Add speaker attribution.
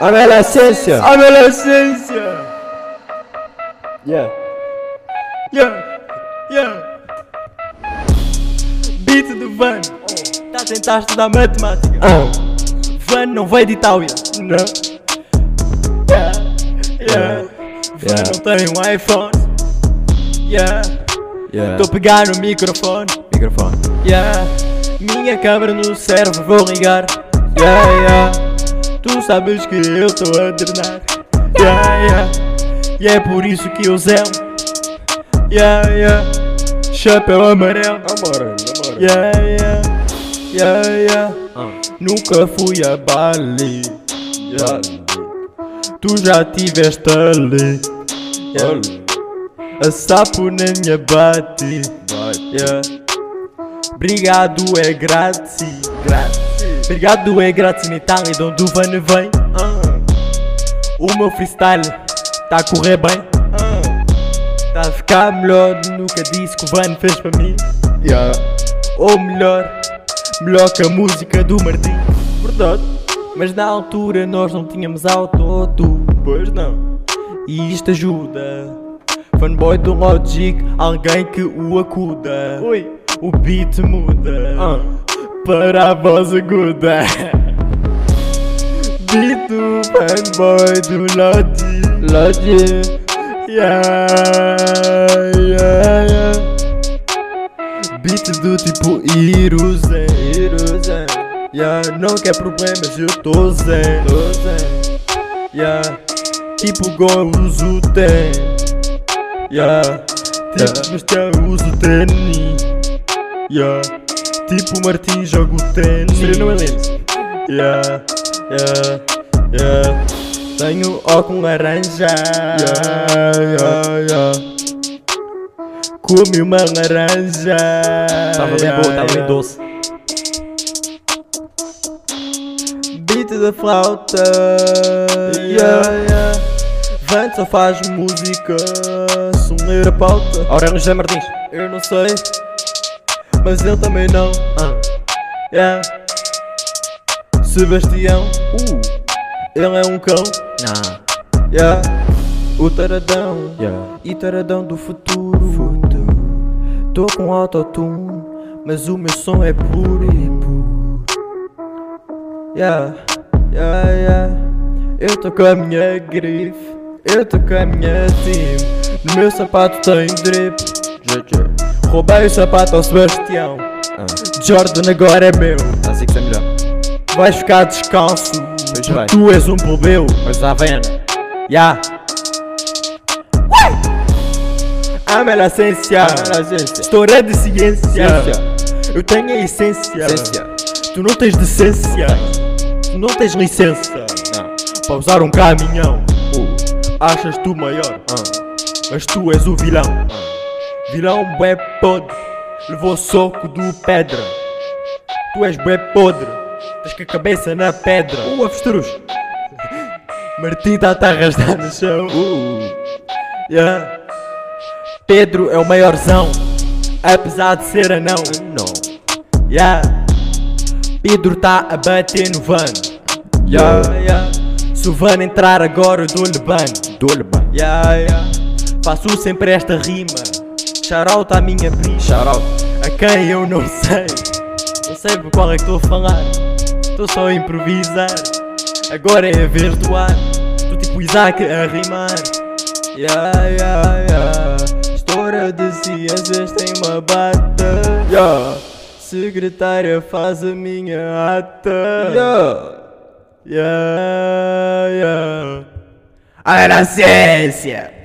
Speaker 1: Adolescência.
Speaker 2: Adolescência!
Speaker 1: Yeah.
Speaker 2: Yeah! Yeah! Beat do Van! Tá a tentar estudar matemática!
Speaker 1: Ah.
Speaker 2: Van não veio de Itália! Não! Yeah! Yeah! Van
Speaker 1: Yeah.
Speaker 2: não tem um iPhone! Yeah!
Speaker 1: Yeah.
Speaker 2: Tô pegando o microfone!
Speaker 1: Microfone.
Speaker 2: Yeah, minha câmera no serve, vou ligar. Yeah, yeah, tu sabes que eu tô a drenar. Yeah, yeah, e é por isso que eu zelo. Yeah, yeah, chapéu amarelo.
Speaker 1: Namora, namora.
Speaker 2: Yeah, yeah, yeah, yeah,
Speaker 1: Ah.
Speaker 2: nunca fui a Bali. Yeah, tu já tiveste ali. Yeah, a sapo na minha bate. Yeah. Obrigado é grátis. grátis. Obrigado é grátis na Itália, de onde o Van vem.
Speaker 1: Ah,
Speaker 2: O meu freestyle tá a correr bem.
Speaker 1: ah.
Speaker 2: Tá a ficar melhor do que nunca disse que o Van fez para mim.
Speaker 1: Yeah.
Speaker 2: Ou melhor, melhor que a música do Martim. Verdade. Mas na altura nós não tínhamos autotune. Pois não. E isto ajuda. Fanboy do Logic, alguém que o acuda. Oi. O beat muda. Para a voz aguda. beat do fanboy do Logic. Logic. Yeah, yeah, yeah. Beats do tipo Iruzen Iruzen Yeah, não quer problemas, eu tô zen Tô zen Yeah, tipo igual eu uso tem Yeah, tipo Mr. eu uso tênis Yeah, tipo Martim jogo tênis
Speaker 1: Seria no Helene.
Speaker 2: Yeah, yeah, yeah Tenho óculos laranja Yeah, yeah, yeah Come uma laranja.
Speaker 1: Tava bem boa, tava bem doce.
Speaker 2: Beat da flauta.
Speaker 1: Yeah.
Speaker 2: Yeah, yeah. Vante só faz música. Soneira pauta.
Speaker 1: Aurélio é José Martins.
Speaker 2: Eu não sei, mas eu também não.
Speaker 1: Ah.
Speaker 2: Yeah. Sebastião, uh, ele é um cão.
Speaker 1: Ah.
Speaker 2: Yeah. O taradão.
Speaker 1: Yeah.
Speaker 2: E taradão do futuro. futuro. Tô com autotune, mas o meu som é puro. Yeah, yeah, yeah. Eu tô com a minha grife, eu tô com a minha team. No meu sapato tem drip. Roubei o sapato ao Sebastião.
Speaker 1: Ah.
Speaker 2: Jordan agora é meu.
Speaker 1: Assim que está melhor.
Speaker 2: Vais ficar descalço.
Speaker 1: Pois vai.
Speaker 2: Tu és um plebeu.
Speaker 1: Mas a Havana.
Speaker 2: Ya. Amo a
Speaker 1: Ah.
Speaker 2: essência. Estoura de ciência. Eu tenho a essência. Tu não tens decência. Tu não tens licença.
Speaker 1: Não.
Speaker 2: Para usar um caminhão. Achas tu maior,
Speaker 1: Ah.
Speaker 2: mas tu és o vilão. Vilão bué podre. Levou soco do pedra. Tu és bué podre. Tens com a cabeça na pedra. O Uh, avestruz. Martim está a arrastar no chão.
Speaker 1: Uh,
Speaker 2: Yeah. Pedro é o maiorzão, apesar de ser anão.
Speaker 1: Não.
Speaker 2: Yeah. Pedro tá a bater no van. Yeah, yeah. Se o van entrar agora, eu dou-lhe ban.
Speaker 1: Dou-lhe bem.
Speaker 2: Yeah, yeah. Faço sempre esta rima. Shoutout à minha prima.
Speaker 1: Shoutout.
Speaker 2: A quem eu não sei. Não sei por qual é que estou a falar. Estou só a improvisar. Agora é a vez do ar. Estou tipo Isaac a rimar. Yeah, yeah, yeah. História de ciências tem uma bata. Yeah. Secretária faz a minha ata. Yeah, yeah. A ciência!